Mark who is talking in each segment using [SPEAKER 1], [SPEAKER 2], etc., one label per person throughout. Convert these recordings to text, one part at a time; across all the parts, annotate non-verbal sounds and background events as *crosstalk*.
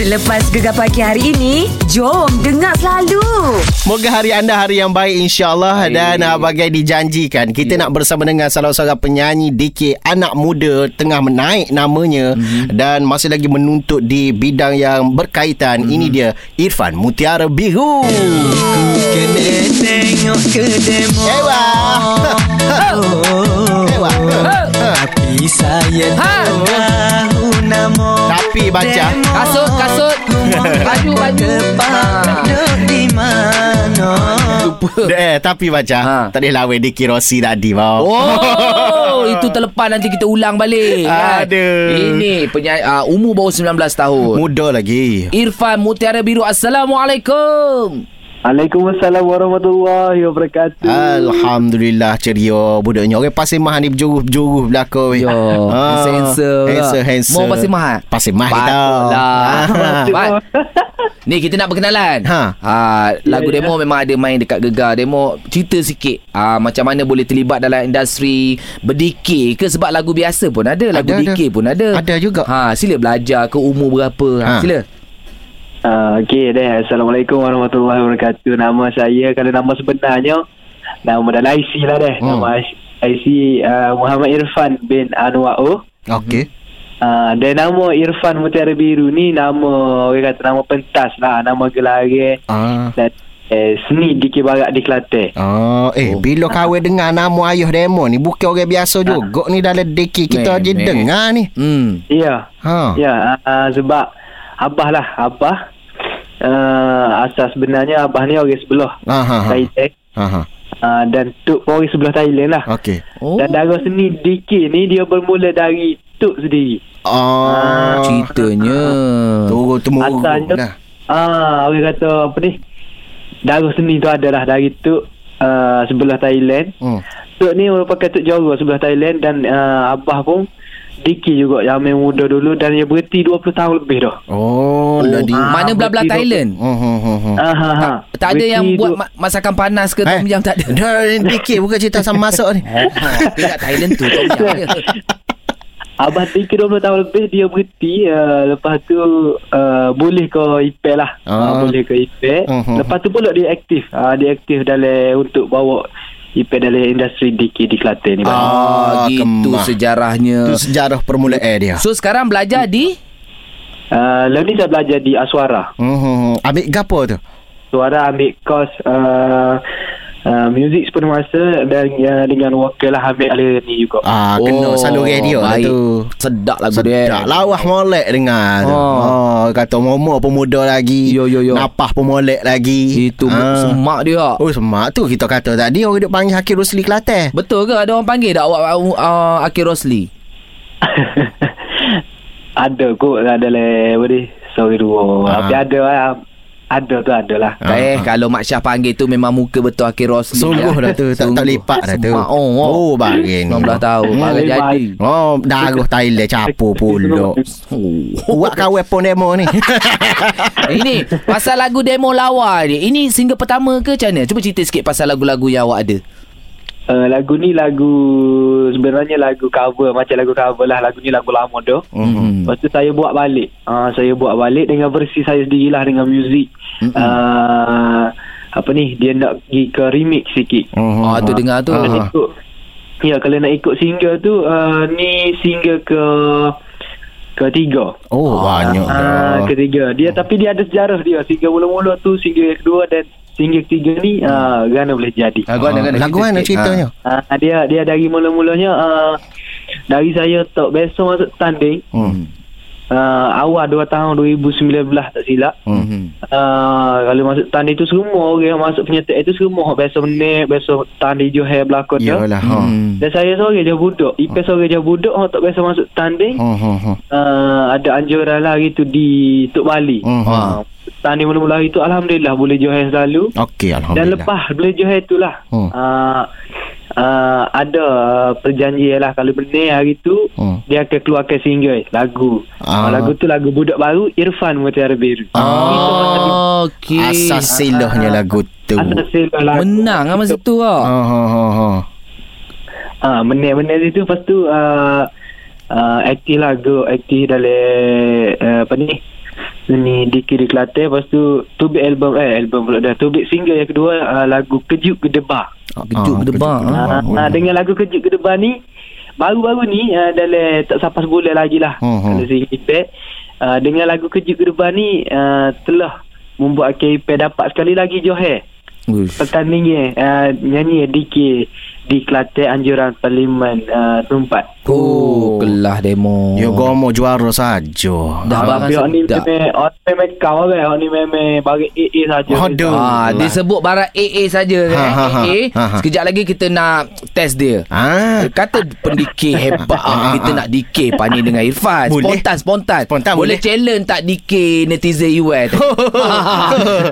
[SPEAKER 1] Selepas gegar pagi hari ini, jom dengar selalu.
[SPEAKER 2] Moga hari anda hari yang baik insyaAllah Dan uh, bagai dijanjikan Kita nak bersama dengan salah seorang penyanyi DK Anak muda tengah menaik namanya Dan masih lagi menuntut di bidang yang berkaitan Ini dia Irfan Mutiara Biru
[SPEAKER 3] Kena tengok ke demo
[SPEAKER 2] Ewa *laughs* Ewa
[SPEAKER 3] Tapi saya ha. tahu nama
[SPEAKER 2] Tapi baca
[SPEAKER 4] Kasut, kasut. Baju, baju. Ha.
[SPEAKER 3] Kepada di mana
[SPEAKER 2] Eh, tapi baca
[SPEAKER 4] Ha.
[SPEAKER 2] Tak boleh lawan DK Rossi tadi bau.
[SPEAKER 4] Oh, itu terlepas nanti kita ulang balik. kan?
[SPEAKER 2] Aduh.
[SPEAKER 4] Ini penyanyi uh, umur baru 19 tahun.
[SPEAKER 2] Muda lagi
[SPEAKER 4] Irfan Mutiara Biru. Assalamualaikum.
[SPEAKER 5] Waalaikumsalam warahmatullahi wabarakatuh.
[SPEAKER 2] Alhamdulillah ceria budaknya. Orang Pasir Mah ni berjuruh-juruh belaka weh.
[SPEAKER 4] Yo, handsome-handsome lah.
[SPEAKER 2] Ah, Handsome, handsome.
[SPEAKER 4] Mau Pasir Mah?
[SPEAKER 2] Pasir Mah kita.
[SPEAKER 4] Patutlah.
[SPEAKER 5] Ah.
[SPEAKER 4] Pat- Ni kita nak berkenalan.
[SPEAKER 2] Ha.
[SPEAKER 4] ha lagu
[SPEAKER 5] Ya, ya.
[SPEAKER 4] demo memang ada main dekat Gegar. Demo cerita sikit. Ah macam mana boleh terlibat dalam industri berdikir ke sebab lagu biasa pun ada,
[SPEAKER 2] Ada,
[SPEAKER 4] lagu
[SPEAKER 2] ada.
[SPEAKER 4] dikir pun ada.
[SPEAKER 2] Ada juga.
[SPEAKER 4] Ha sila belajar ke umur berapa. Ha,
[SPEAKER 2] Ha.
[SPEAKER 4] sila.
[SPEAKER 5] Ah, Okey deh. Assalamualaikum warahmatullahi wabarakatuh. Nama saya kalau nama sebenarnya nama dah IC lah deh.
[SPEAKER 2] Hmm.
[SPEAKER 5] Nama IC uh, Muhammad Irfan bin Anwar O.
[SPEAKER 2] *laughs* Okey.
[SPEAKER 5] Uh, dan nama Irfan Mutiara Biru ni nama orang kata nama pentas lah, nama gelar
[SPEAKER 2] Ah.
[SPEAKER 5] dan eh, seni Dikir Barat di Kelantan.
[SPEAKER 2] Oh, eh oh. bila kawe dengar nama ayah demo ni bukan orang biasa
[SPEAKER 4] Ah.
[SPEAKER 2] juga ni dalam deki kita
[SPEAKER 4] Meh,
[SPEAKER 2] je
[SPEAKER 4] meh.
[SPEAKER 2] dengar ni.
[SPEAKER 4] Hmm.
[SPEAKER 5] Ya.
[SPEAKER 2] Ha.
[SPEAKER 5] Ya, uh, sebab Abah lah, Abah. Uh, asas sebenarnya Abah ni orang sebelah
[SPEAKER 2] Ha ha. ha.
[SPEAKER 5] Thailand.
[SPEAKER 2] Ha ha.
[SPEAKER 5] Uh, dan Tok pun orang sebelah Thailand lah.
[SPEAKER 2] Okey.
[SPEAKER 4] Oh.
[SPEAKER 5] Dan darah seni DK ni dia bermula dari Tok sendiri.
[SPEAKER 2] Oh.
[SPEAKER 4] Ceritanya.
[SPEAKER 2] Turun temurun
[SPEAKER 5] Asalnya,
[SPEAKER 2] lah.
[SPEAKER 5] Ah, orang kata apa ni? Darah seni tu adalah dari Tok uh, sebelah Thailand.
[SPEAKER 2] Hmm.
[SPEAKER 5] Tok ni merupakan Tok Johor sebelah Thailand dan uh, Abah pun DK juga yang main muda dulu dan dia berhenti 20 tahun lebih dah.
[SPEAKER 2] Oh, lah dia.
[SPEAKER 4] Mana
[SPEAKER 5] Ah,
[SPEAKER 4] belah-belah
[SPEAKER 5] berarti
[SPEAKER 4] Thailand?
[SPEAKER 2] Hmm, hmm, hmm, hmm.
[SPEAKER 5] Ah, ha, ha.
[SPEAKER 4] Tak ada
[SPEAKER 5] Berhenti
[SPEAKER 4] yang buat
[SPEAKER 5] dua-
[SPEAKER 4] ma- masakan panas
[SPEAKER 2] Eh.
[SPEAKER 4] ke tom yum tak
[SPEAKER 2] *laughs*
[SPEAKER 4] ada.
[SPEAKER 2] Dah dikit bukan cerita sama masuk
[SPEAKER 5] *laughs*
[SPEAKER 2] ni.
[SPEAKER 4] *laughs* Dekat Thailand tu tom yum dia.
[SPEAKER 5] Abah Tika 20 tahun lebih dia berhenti uh, lepas tu uh, boleh ke IPE lah
[SPEAKER 2] Ah.
[SPEAKER 5] uh, boleh ke IPE
[SPEAKER 2] Mhm.
[SPEAKER 5] lepas tu pula dia aktif uh, dia aktif dalam untuk bawa IPE dalam industri DK di Kelantan ni Bang.
[SPEAKER 4] *laughs*
[SPEAKER 2] Ah,
[SPEAKER 4] Ah, gitu
[SPEAKER 2] kemah.
[SPEAKER 4] sejarahnya.
[SPEAKER 2] Itu sejarah permulaan dia.
[SPEAKER 4] So sekarang belajar di
[SPEAKER 5] uh, lalu ni saya belajar di Aswara
[SPEAKER 2] Hmm, hmm, hmm. Ambil gapo tu?
[SPEAKER 5] Aswara ambil kos uh, uh, music sepenuh masa dan uh, dengan wakil lah ambil ala ni juga
[SPEAKER 2] Ah, kena salur radio lah
[SPEAKER 4] Oh, baik.
[SPEAKER 2] tu. lah.
[SPEAKER 4] Sedap lagu dia.
[SPEAKER 2] Sedap Lawah molek dengar tu
[SPEAKER 4] Oh.
[SPEAKER 2] oh. Kata momo pemuda lagi
[SPEAKER 4] Yo, yo, yo.
[SPEAKER 2] Napah pemolek lagi Ah.
[SPEAKER 4] Itu ha. semak dia.
[SPEAKER 2] Oh semak tu kita kata tadi Orang duk panggil Hakim Rusli Kelantan
[SPEAKER 4] Betul ke ada orang panggil tak awak uh, Akil Rosli?
[SPEAKER 5] *laughs* ada kot lah dalam apa ni sorry dua
[SPEAKER 2] Ah.
[SPEAKER 5] tapi ada lah ada tu ada lah
[SPEAKER 4] Ha. Eh kalau Mak Syah panggil tu memang muka betul Akil Rosli.
[SPEAKER 2] Sungguh dah tu Tak, tak
[SPEAKER 4] Ya. Sungguh.
[SPEAKER 2] lipat dah tu
[SPEAKER 4] Semak, Oh, oh.
[SPEAKER 2] oh bagi ni
[SPEAKER 4] 19 tahun
[SPEAKER 2] Hmm.
[SPEAKER 4] baru
[SPEAKER 5] Baik,
[SPEAKER 4] jadi.
[SPEAKER 2] Oh darah Thailand capur
[SPEAKER 4] *laughs*
[SPEAKER 2] pula
[SPEAKER 4] Oh.
[SPEAKER 2] Buat kawan pun demo ni
[SPEAKER 4] Eh, Ini pasal lagu demo lawa ni. Ini single pertama ke macam mana? Cuba cerita sikit pasal lagu-lagu yang awak ada.
[SPEAKER 5] Uh, lagu ni lagu sebenarnya lagu cover macam lagu cover lah lagu ni lagu lama dah.
[SPEAKER 2] Mhm.
[SPEAKER 4] Hmm.
[SPEAKER 5] Lepas tu saya buat balik. Uh, saya buat balik dengan versi saya sendirilah dengan muzik.
[SPEAKER 2] Mhm.
[SPEAKER 5] Uh, apa ni dia nak pergi ke remix sikit.
[SPEAKER 2] Mhm.
[SPEAKER 4] *laughs* Ah tu dengar tu.
[SPEAKER 5] Kalau nak ikut Ya kalau nak ikut single tu uh, ni single ke ketiga.
[SPEAKER 2] Oh banyak dah
[SPEAKER 5] Ah, ketiga. Dia tapi dia ada sejarah dia. Single mula-mula tu single yang kedua dan single ketiga ni uh, Gana boleh jadi.
[SPEAKER 4] Lagu kan?
[SPEAKER 2] Ah, Lagu mana ceritanya
[SPEAKER 5] Uh, dia dia dari mula-mulanya uh, dari saya tak biasa masuk tanding
[SPEAKER 4] Ah.
[SPEAKER 2] Hmm
[SPEAKER 5] uh, awal 2 tahun 2019 tak silap.
[SPEAKER 2] Hmm.
[SPEAKER 5] Uh, kalau masuk tanding tu semua orang yang masuk penyertaan itu semua biasa menik, biasa tanding Johor belakang tu.
[SPEAKER 2] Yalah ha.
[SPEAKER 4] Hmm.
[SPEAKER 5] Dan saya seorang je budak. Ipes seorang je budak orang tak biasa masuk tanding.
[SPEAKER 2] Hmm, hmm, hmm.
[SPEAKER 5] Uh, ada anjuran lah gitu di Tok Bali.
[SPEAKER 2] Hmm.
[SPEAKER 5] Uh, tanding mula-mula hari tu alhamdulillah boleh Johor selalu.
[SPEAKER 2] Okey
[SPEAKER 5] Dan
[SPEAKER 2] Alhamdulillah
[SPEAKER 5] lepas beli Johor itulah
[SPEAKER 2] Hmm.
[SPEAKER 5] hmm. uh, uh, ada perjanjian lah kalau benar hari tu
[SPEAKER 2] Hmm.
[SPEAKER 5] hmm. dia akan keluarkan single lagu.
[SPEAKER 2] Ah.
[SPEAKER 5] Ah. lagu tu lagu budak baru Irfan Ah, Mutiara Biru.
[SPEAKER 4] Ah, okey.
[SPEAKER 2] Asas silahnya lah, lagu tu.
[SPEAKER 5] Asal sila lagu.
[SPEAKER 4] Menang lah masa tu
[SPEAKER 2] Ha
[SPEAKER 4] lah.
[SPEAKER 2] ha ha ha.
[SPEAKER 5] Ah, menang-menang situ lepas tu ah, lah, uh, uh, aktif lagu aktif dalam uh, ah, apa ni ni DK di Kelantan lepas tu tu bit album eh album pula dah tu bit single yang kedua uh, lagu Kejut Gedebar
[SPEAKER 4] Kejut
[SPEAKER 2] Ah,
[SPEAKER 4] gedebak,
[SPEAKER 2] Kejut
[SPEAKER 4] ah.
[SPEAKER 2] Gedebak.
[SPEAKER 5] Ah, ah, dengan lagu Kejut Gedebar ni baru-baru ni uh, dalam tak sampai sebulan lagi lah
[SPEAKER 2] Hmm, hmm.
[SPEAKER 5] kalau saya feedback uh, dengan lagu Kejut Gedebar ni uh, telah membuat KIP dapat sekali lagi Johor
[SPEAKER 4] Uish.
[SPEAKER 5] pertandingan uh, nyanyi DK di Kelantan Anjuran Parlimen uh, Tumpat
[SPEAKER 4] Oh, kelah demo.
[SPEAKER 2] Ya gomo juara saja.
[SPEAKER 4] Dah barang
[SPEAKER 5] Tapi orang ni
[SPEAKER 4] sedap.
[SPEAKER 5] memang Orang ni memang kau kan Orang ni memang Bagi AA saja
[SPEAKER 2] Aduh.
[SPEAKER 4] Ah, dia sebut barang AA saja
[SPEAKER 2] Ha,
[SPEAKER 4] eh,
[SPEAKER 2] ha, ha.
[SPEAKER 4] AA.
[SPEAKER 2] Ha, ha.
[SPEAKER 4] Sekejap lagi kita nak test dia.
[SPEAKER 2] Ah.
[SPEAKER 4] Dia Kata pendikir hebat
[SPEAKER 2] Ah, ah,
[SPEAKER 4] ah. Kita
[SPEAKER 2] ah.
[SPEAKER 4] nak DK Pani dengan Irfan
[SPEAKER 2] Boleh.
[SPEAKER 4] Spontan Spontan,
[SPEAKER 2] Spontan,
[SPEAKER 4] boleh,
[SPEAKER 2] boleh.
[SPEAKER 4] challenge tak DK Netizen
[SPEAKER 2] *laughs*
[SPEAKER 4] US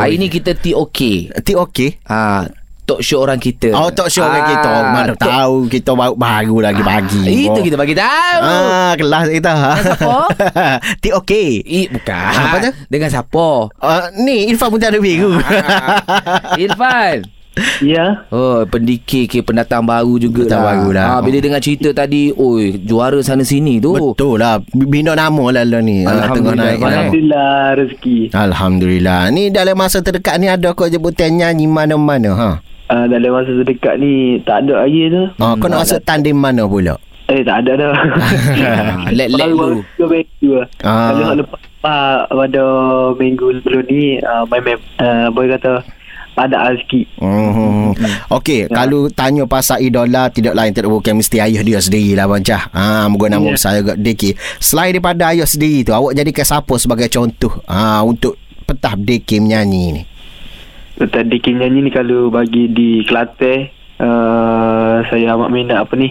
[SPEAKER 4] Hari ni kita TOK
[SPEAKER 2] Ti okey.
[SPEAKER 4] ah, Talk show orang kita
[SPEAKER 2] Oh tak sure ah, kita mana
[SPEAKER 4] talk-
[SPEAKER 2] tahu kita baru, baru lagi pagi.
[SPEAKER 4] Ah, Itu kita bagi tahu
[SPEAKER 2] Ah kelas kita.
[SPEAKER 4] siapa?
[SPEAKER 2] *laughs* Ti okey.
[SPEAKER 4] Eh, bukan
[SPEAKER 2] Apa tu?
[SPEAKER 4] Dengan
[SPEAKER 2] *laughs*
[SPEAKER 4] siapa
[SPEAKER 2] Uh, ni Irfan pun tak ada biru.
[SPEAKER 4] Ah, Irfan
[SPEAKER 5] Ya
[SPEAKER 4] Oh, pendikir ke pendatang baru juga
[SPEAKER 2] Pendatang
[SPEAKER 4] lah.
[SPEAKER 2] baru lah.
[SPEAKER 4] Ah, bila dengar cerita tadi, oi, juara sana sini tu.
[SPEAKER 2] *laughs* Betul lah Bina nama lah lo ni Ah, Tengah
[SPEAKER 4] Alhamdulillah,
[SPEAKER 2] naik
[SPEAKER 4] Abang.
[SPEAKER 2] lah.
[SPEAKER 5] Alhamdulillah rezeki
[SPEAKER 2] Alhamdulillah Ni dalam masa terdekat ni Ada kau jemputan nyanyi mana-mana ha?
[SPEAKER 5] uh, Dalam masa sedekat ni Tak ada lagi tu
[SPEAKER 2] Ah, Kau nak masuk tandem mana pula
[SPEAKER 5] Eh tak ada dah
[SPEAKER 4] Ah, *laughs* let- let
[SPEAKER 5] Baru-baru
[SPEAKER 4] dulu.
[SPEAKER 5] tu minggu lah
[SPEAKER 2] Ah.
[SPEAKER 5] Kalau nak lepas lepas Pada minggu sebelum ni uh, My man uh, Boy kata Ada rezeki
[SPEAKER 2] Hmm. Okey, ya. kalau tanya pasal idola tidak lain tidak bukan mesti ayah dia sendiri lah Abang Jah. Ha, moga nama yeah. saya agak deki. Selain daripada ayah sendiri tu, awak jadikan siapa sebagai contoh ha, untuk petah deki menyanyi ni?
[SPEAKER 5] Tentang Dikin nyanyi ni kalau bagi di Kelantan uh, Saya amat minat apa ni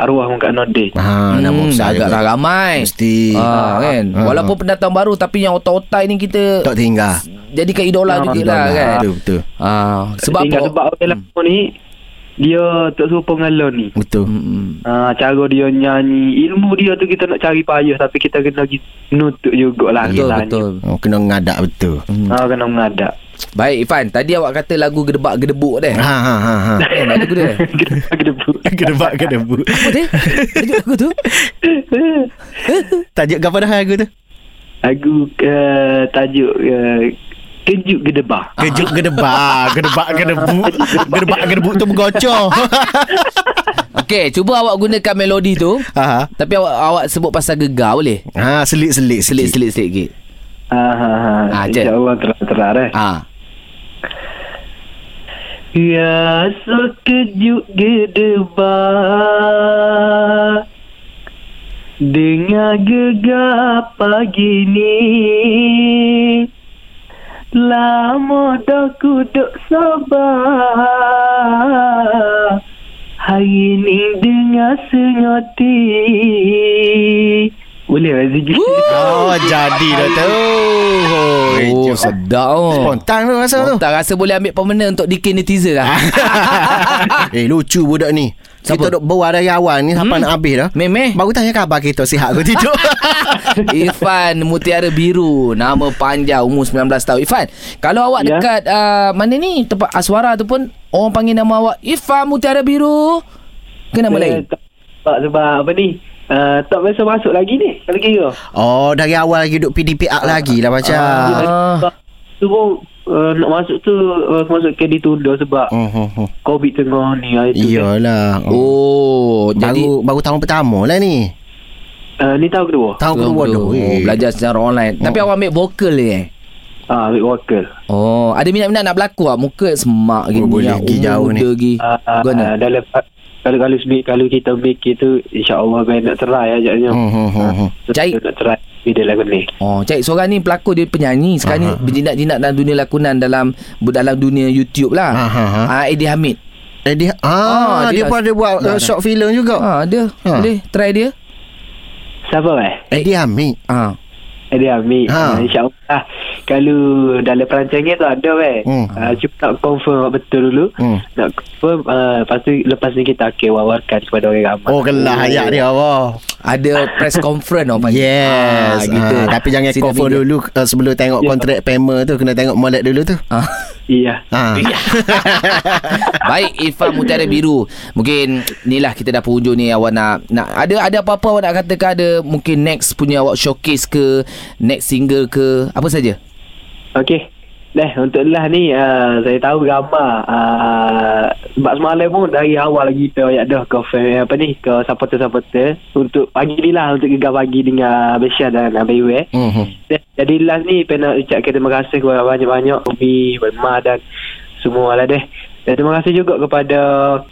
[SPEAKER 5] Arwah Mungkak Nodeh
[SPEAKER 4] Ah,
[SPEAKER 2] Ha, hmm, nama saya
[SPEAKER 4] agaklah
[SPEAKER 2] agak
[SPEAKER 4] lah, ramai.
[SPEAKER 2] Mesti.
[SPEAKER 4] Ah, kan.
[SPEAKER 2] Ah.
[SPEAKER 4] Walaupun pendatang baru tapi yang otak-otak ni kita
[SPEAKER 2] tak tinggal.
[SPEAKER 4] jadikan idola juga lah kan.
[SPEAKER 2] Betul betul.
[SPEAKER 4] Ah, sebab apa? Hmm.
[SPEAKER 5] Tinggal lah sebab orang lama ni Dia tak serupa dengan Lon ni
[SPEAKER 2] Betul.
[SPEAKER 4] Mm-mm.
[SPEAKER 5] Uh, cara dia nyanyi Ilmu dia tu kita nak cari payah Tapi kita kena gi- nuntut jugalah
[SPEAKER 4] Betul
[SPEAKER 5] kita
[SPEAKER 4] betul.
[SPEAKER 2] Oh, kena ngadak betul.
[SPEAKER 5] ni. lah Ah, kena mengadak
[SPEAKER 4] Baik Ifan, tadi awak kata lagu gedebak gedebuk deh.
[SPEAKER 2] Ha ha ha ha.
[SPEAKER 4] Kan lagu
[SPEAKER 5] *laughs*
[SPEAKER 4] dia.
[SPEAKER 5] Gedebuk
[SPEAKER 2] *laughs* Gedebak gedebuk.
[SPEAKER 4] Apa dia? Tajuk lagu tu?
[SPEAKER 2] *laughs* Tajuk apa dah lagu tu?
[SPEAKER 5] Lagu uh, tajuk uh, Kejut Gedebah
[SPEAKER 2] Kejut *laughs* gedebak, gedebak gedebuk, gedebak gedebuk tu bergocor.
[SPEAKER 4] Okey, cuba awak gunakan melodi tu.
[SPEAKER 2] ha.
[SPEAKER 4] Tapi awak awak sebut pasal gegar boleh?
[SPEAKER 2] Ha, selit-selit sikit.
[SPEAKER 4] Selit-selit sikit.
[SPEAKER 5] Ah, ha, ha.
[SPEAKER 4] Ah, je.
[SPEAKER 5] InsyaAllah terang-terang eh
[SPEAKER 4] Ah.
[SPEAKER 5] Ya sekejut gedebah Dengar gegap pagi ni Lama dah ku duk sabar Hari ni dengar sengoti Boleh Aziz?
[SPEAKER 2] Oh, jadi dah tu.
[SPEAKER 4] Oh, sedap oh.
[SPEAKER 2] Spontan tu rasa tu.
[SPEAKER 4] Tak rasa boleh ambil pemenang untuk DK netizen *laughs* lah.
[SPEAKER 2] eh, lucu budak ni.
[SPEAKER 4] Siapa?
[SPEAKER 2] Kita duk berbual dari awal ni sampai nak habis dah.
[SPEAKER 4] Memeh.
[SPEAKER 2] Baru tanya khabar kita sihat ke *laughs* tidak.
[SPEAKER 4] Ifan Mutiara Biru Nama panjang Umur 19 tahun Ifan Kalau awak
[SPEAKER 5] Ya.
[SPEAKER 4] dekat uh, Mana ni Tempat Aswara tu pun Orang panggil nama awak Ifan Mutiara Biru Ke nama lain
[SPEAKER 5] Saya tak- Tak sebab apa ni uh, Tak biasa masuk lagi ni Kalau kira
[SPEAKER 2] oh, dari awal lagi duk PDPA lagi lah macam.
[SPEAKER 4] Ah.
[SPEAKER 5] Tu pun uh, nak masuk tu uh, masuk ke ditunda sebab
[SPEAKER 2] Oh, oh, oh.
[SPEAKER 5] COVID tengah ni hari tu. kan.
[SPEAKER 2] Iyalah. Oh.
[SPEAKER 4] Oh Jadi
[SPEAKER 2] Baru baru tahun pertama lah ni.
[SPEAKER 5] Uh, ni tahun kedua.
[SPEAKER 2] Tahun Eh.
[SPEAKER 4] Tunggu,
[SPEAKER 2] kedua tu.
[SPEAKER 4] oh, Belajar secara online Tapi awak ambil vokal ni eh
[SPEAKER 5] Ah, ambil vokal.
[SPEAKER 4] Oh Ada minat-minat nak berlaku ah? Muka semak gini
[SPEAKER 2] boleh
[SPEAKER 4] ah.
[SPEAKER 2] pergi
[SPEAKER 4] Umur
[SPEAKER 2] jauh ni.
[SPEAKER 4] muda Pergi
[SPEAKER 5] Ah, ah,
[SPEAKER 4] Bukan ah?
[SPEAKER 5] ah, dalam kalau kalau sendiri kalau kita mikir tu insya-Allah saya nak try ajaknya.
[SPEAKER 2] Hmm, hmm, hmm, hmm.
[SPEAKER 4] Cai-
[SPEAKER 5] Saya nak try video lagu ni.
[SPEAKER 4] Oh, cik seorang ni pelakon dia penyanyi. Sekarang ni berjinak-jinak dalam dunia lakonan dalam dalam dunia YouTube lah.
[SPEAKER 2] Aha, aha.
[SPEAKER 4] Ah, Eddie Hamid.
[SPEAKER 2] Eh, dia, ha, ah,
[SPEAKER 4] Ah,
[SPEAKER 2] dia,
[SPEAKER 4] dia
[SPEAKER 2] pun
[SPEAKER 4] dah-
[SPEAKER 2] ada buat uh,
[SPEAKER 4] dah- dah.
[SPEAKER 2] short film juga.
[SPEAKER 4] Ha, dia.
[SPEAKER 2] Ha.
[SPEAKER 4] Ha. Boleh try dia?
[SPEAKER 5] Siapa eh?
[SPEAKER 2] Eh, dia ambil.
[SPEAKER 4] Ha.
[SPEAKER 5] Eh, Dia ambil
[SPEAKER 2] Ha.
[SPEAKER 5] ha. InsyaAllah Kalau dalam perancangan tu ada weh
[SPEAKER 2] Hmm.
[SPEAKER 5] hmm. uh, Cuma nak confirm betul dulu
[SPEAKER 2] Hmm.
[SPEAKER 5] Nak ah, confirm uh, Lepas tu Lepas ni kita akan wawarkan kepada orang ramai
[SPEAKER 2] Oh, kelah Oh, ayat dia. Wow.
[SPEAKER 4] ada press conference orang panggil.
[SPEAKER 2] Yes
[SPEAKER 4] Ah, gitu.
[SPEAKER 2] Ah, Tapi jangan
[SPEAKER 4] Sini
[SPEAKER 2] cover
[SPEAKER 4] video.
[SPEAKER 2] dulu uh, Sebelum tengok
[SPEAKER 5] Ya.
[SPEAKER 2] kontrak payment tu Kena tengok molek dulu tu
[SPEAKER 4] Ah. *laughs*
[SPEAKER 5] Iya.
[SPEAKER 2] Ah.
[SPEAKER 4] Eh, ya. Baik Ifah Mutiara Biru. Mungkin ni lah kita dah penghujung ni awak nak nak ada ada apa-apa awak nak katakan ada mungkin next punya awak showcase ke next single ke apa saja?
[SPEAKER 5] Okey. Nah, untuk lah ni uh, saya tahu gambar uh, sebab semalam pun dari awal lagi kita ayat dah ke fan- apa ni ke supporter-supporter untuk pagi ni lah untuk gegar pagi dengan Besha dan Abayu eh.
[SPEAKER 2] Mhm.
[SPEAKER 5] Jadi last ni saya nak ucapkan terima kasih kepada banyak-banyak Ubi, Berma dan semua lah deh. Dan terima kasih juga kepada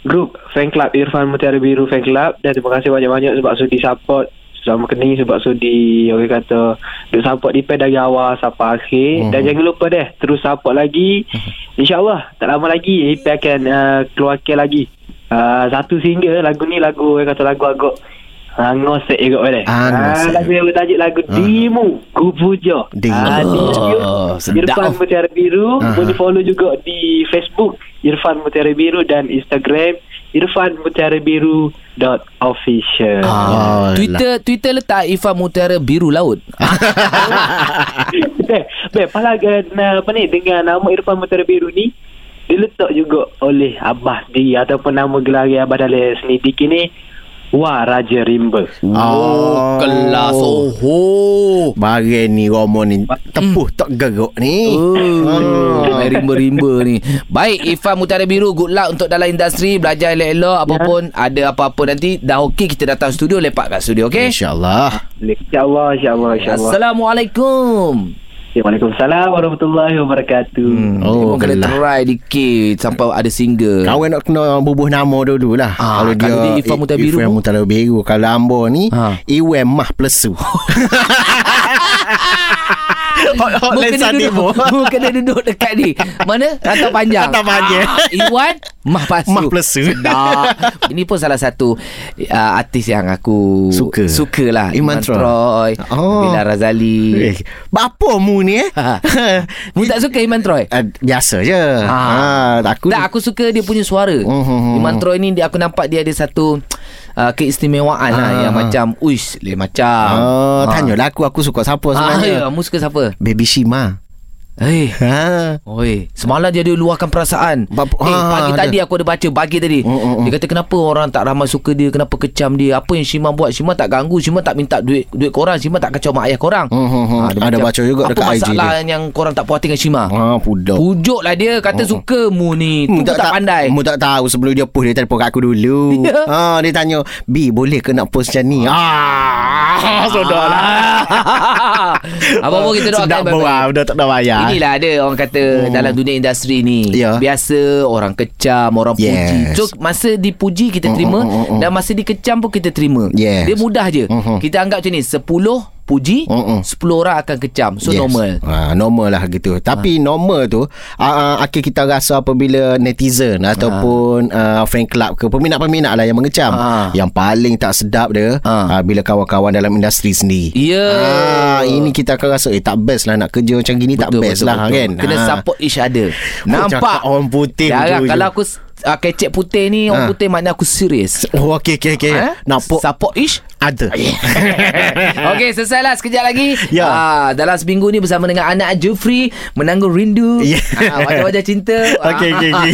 [SPEAKER 5] grup fan club Irfan Mutiara Biru fan club dan terima kasih banyak-banyak sebab sudi support selama kini sebab sudi orang kata duk support Ipan dari awal sampai akhir dan jangan lupa deh terus support lagi insyaallah tak lama lagi Ipan akan uh, keluarkan lagi uh, satu single lagu ni lagu orang kata lagu agak uh, ngosek juga boleh
[SPEAKER 2] Ah, ngosek.
[SPEAKER 5] lagu yang bertajuk lagu Dimu Ku
[SPEAKER 2] Ah.
[SPEAKER 5] Puja
[SPEAKER 2] Dimu.
[SPEAKER 5] Ah, di YouTube,
[SPEAKER 4] Oh, sedap.
[SPEAKER 5] Irfan Mutiara Biru
[SPEAKER 2] Ah.
[SPEAKER 5] boleh follow juga di Facebook Irfan Mutiara Biru dan Instagram Irfan Mutiara Biru dot official
[SPEAKER 2] Ah, lah.
[SPEAKER 4] Twitter Twitter letak Ifah Mutiara Biru Laut.
[SPEAKER 5] *laughs* Beh, beh, pala apa ni dengan nama Irfan Mutiara Biru ni diletak juga oleh abah sendiri ataupun nama gelari abah Dalil sendiri kini Wah Raja Rimba.
[SPEAKER 2] Oh,
[SPEAKER 4] kelas oh.
[SPEAKER 2] Barang ni Romo ni Tepuh tak gerok ni
[SPEAKER 4] Hmm. Oh,
[SPEAKER 2] Ah.
[SPEAKER 4] rimba-rimba ni. Baik, Ifah Mutiara Biru, good luck untuk dalam industri, belajar elok-elok,
[SPEAKER 2] Ya.
[SPEAKER 4] apa pun, ada apa-apa nanti, dah okey kita datang studio, lepak kat studio, okey?
[SPEAKER 2] InsyaAllah
[SPEAKER 5] InsyaAllah, insyaAllah, insyaAllah.
[SPEAKER 4] Assalamualaikum.
[SPEAKER 5] Waalaikumsalam warahmatullahi wabarakatuh.
[SPEAKER 4] Hmm,
[SPEAKER 2] Oh,
[SPEAKER 4] oh, kena
[SPEAKER 2] kelas.
[SPEAKER 4] try dikit sampai ada single.
[SPEAKER 2] Kawan nak kena bubuh nama dulu lah
[SPEAKER 4] Eh. Ah, kalau dia Ifah Mutiara Biru
[SPEAKER 2] Ifah
[SPEAKER 4] pun?
[SPEAKER 2] Mutiara Biru Kalau Ambo ni
[SPEAKER 4] Ah.
[SPEAKER 2] Iwan Mah
[SPEAKER 4] *laughs* Oh,
[SPEAKER 2] Plesu
[SPEAKER 4] Mungkin dia *laughs* duduk, mungkin dia duduk dekat ni. Mana? Rantau panjang.
[SPEAKER 2] Rantau panjang.
[SPEAKER 4] Ah, Iwan Mah Pasu.
[SPEAKER 2] Mah Plesu.
[SPEAKER 4] Sedap. Ini pun salah satu uh, artis yang aku
[SPEAKER 2] Suka.
[SPEAKER 4] suka lah.
[SPEAKER 2] Iman Troy.
[SPEAKER 4] Troy.
[SPEAKER 2] Oh.
[SPEAKER 4] Bila Razali.
[SPEAKER 2] Eh, Bapa mu ni eh
[SPEAKER 4] Ha.
[SPEAKER 2] *laughs*
[SPEAKER 4] Mu tak suka Iman Troy?
[SPEAKER 2] Ah, Biasa je
[SPEAKER 4] Ah.
[SPEAKER 2] ah. Aku
[SPEAKER 4] tak, aku suka dia punya suara.
[SPEAKER 2] Mhm.
[SPEAKER 4] Iman Troy ni dia aku nampak dia ada satu uh, keistimewaan lah
[SPEAKER 2] Ah.
[SPEAKER 4] yang macam uish, lain macam.
[SPEAKER 2] Oh,
[SPEAKER 4] Ah.
[SPEAKER 2] tanyalah aku aku suka siapa
[SPEAKER 4] Ah,
[SPEAKER 2] sebenarnya.
[SPEAKER 4] ya, kamu suka siapa?
[SPEAKER 2] Baby Shima.
[SPEAKER 4] Eh.
[SPEAKER 2] Ha.
[SPEAKER 4] Oi, semalam dia ada luahkan perasaan.
[SPEAKER 2] Bab-
[SPEAKER 4] eh,
[SPEAKER 2] ha,
[SPEAKER 4] pagi
[SPEAKER 2] ada.
[SPEAKER 4] tadi aku ada baca pagi tadi.
[SPEAKER 2] Mm, mm, mm.
[SPEAKER 4] Dia kata kenapa orang tak ramai suka dia, kenapa kecam dia? Apa yang Shima buat? Shima tak ganggu, Shima tak minta duit duit korang, Shima tak kacau mak ayah korang.
[SPEAKER 2] Mm, mm, mm. Ada baca juga
[SPEAKER 4] apa
[SPEAKER 2] dekat IG dia.
[SPEAKER 4] masalah yang korang tak puas hati dengan Shima?
[SPEAKER 2] Ha, budak.
[SPEAKER 4] Pujuklah dia kata suka mu ni. Tu
[SPEAKER 2] Oh, Hmm,
[SPEAKER 4] pun tak, pandai.
[SPEAKER 2] Mu tak tahu sebelum dia post dia telefon kat aku dulu.
[SPEAKER 4] Ya.
[SPEAKER 2] Ha, dia tanya, "B, boleh ke nak post macam ni?" Ah, *laughs* sudahlah.
[SPEAKER 4] Ah.
[SPEAKER 2] *laughs*
[SPEAKER 4] Apa-apa kita doakan
[SPEAKER 2] Sedap
[SPEAKER 4] baik-baik.
[SPEAKER 2] buah, dah tak ya. ada bayar.
[SPEAKER 4] Inilah ada orang kata hmm. dalam dunia industri ni.
[SPEAKER 2] Ya.
[SPEAKER 4] Biasa orang kecam, orang
[SPEAKER 2] Yes.
[SPEAKER 4] puji. So masa dipuji kita
[SPEAKER 2] Mm,
[SPEAKER 4] terima
[SPEAKER 2] mm, mm, mm.
[SPEAKER 4] dan masa dikecam pun kita terima.
[SPEAKER 2] Yes.
[SPEAKER 4] Dia mudah je.
[SPEAKER 2] Mhm.
[SPEAKER 4] Kita anggap macam ni 10 puji,
[SPEAKER 2] Mm, mm.
[SPEAKER 4] 10 orang akan kecam. So yes. normal.
[SPEAKER 2] Ha, normal lah gitu. Tapi ha. normal tu uh, akhir kita rasa apabila netizen ataupun uh, fan club ke peminat-peminat lah yang mengecam.
[SPEAKER 4] Ah.
[SPEAKER 2] Yang paling tak sedap dia
[SPEAKER 4] Ah.
[SPEAKER 2] uh, bila kawan-kawan dalam industri sendiri.
[SPEAKER 4] Ya.
[SPEAKER 2] Ah, ini kita akan rasa eh tak best lah nak kerja macam gini tak best lah kan.
[SPEAKER 4] Kena
[SPEAKER 2] Ah.
[SPEAKER 4] support
[SPEAKER 2] *laughs*
[SPEAKER 4] each other. Nampak
[SPEAKER 2] cakap orang putih
[SPEAKER 4] Jarang
[SPEAKER 2] betul je.
[SPEAKER 4] kalau aku uh, kecek putih ni
[SPEAKER 2] Ah.
[SPEAKER 4] orang putih maknanya aku serius.
[SPEAKER 2] Oh okey okey okey.
[SPEAKER 4] Eh?
[SPEAKER 2] Nampak
[SPEAKER 4] Support each
[SPEAKER 2] *laughs* ada.
[SPEAKER 4] *laughs* Okey, selesai lah sekejap lagi.
[SPEAKER 2] Ya.
[SPEAKER 4] Ah, dalam seminggu ni bersama dengan anak Jufri menanggung rindu.
[SPEAKER 2] Ya.
[SPEAKER 4] Ah, wajah-wajah cinta.
[SPEAKER 2] *laughs* Okey, okey, okey.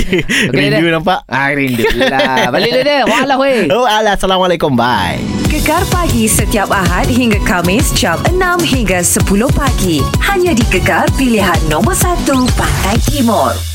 [SPEAKER 2] Rindu nampak?
[SPEAKER 4] Ah, rindu lah. Balik dia dia. Walah weh.
[SPEAKER 2] Oh alah assalamualaikum bye.
[SPEAKER 1] Gegar pagi setiap Ahad hingga Kamis jam 6 hingga 10 pagi. Hanya di Gegar pilihan nombor 1 Pantai Timur.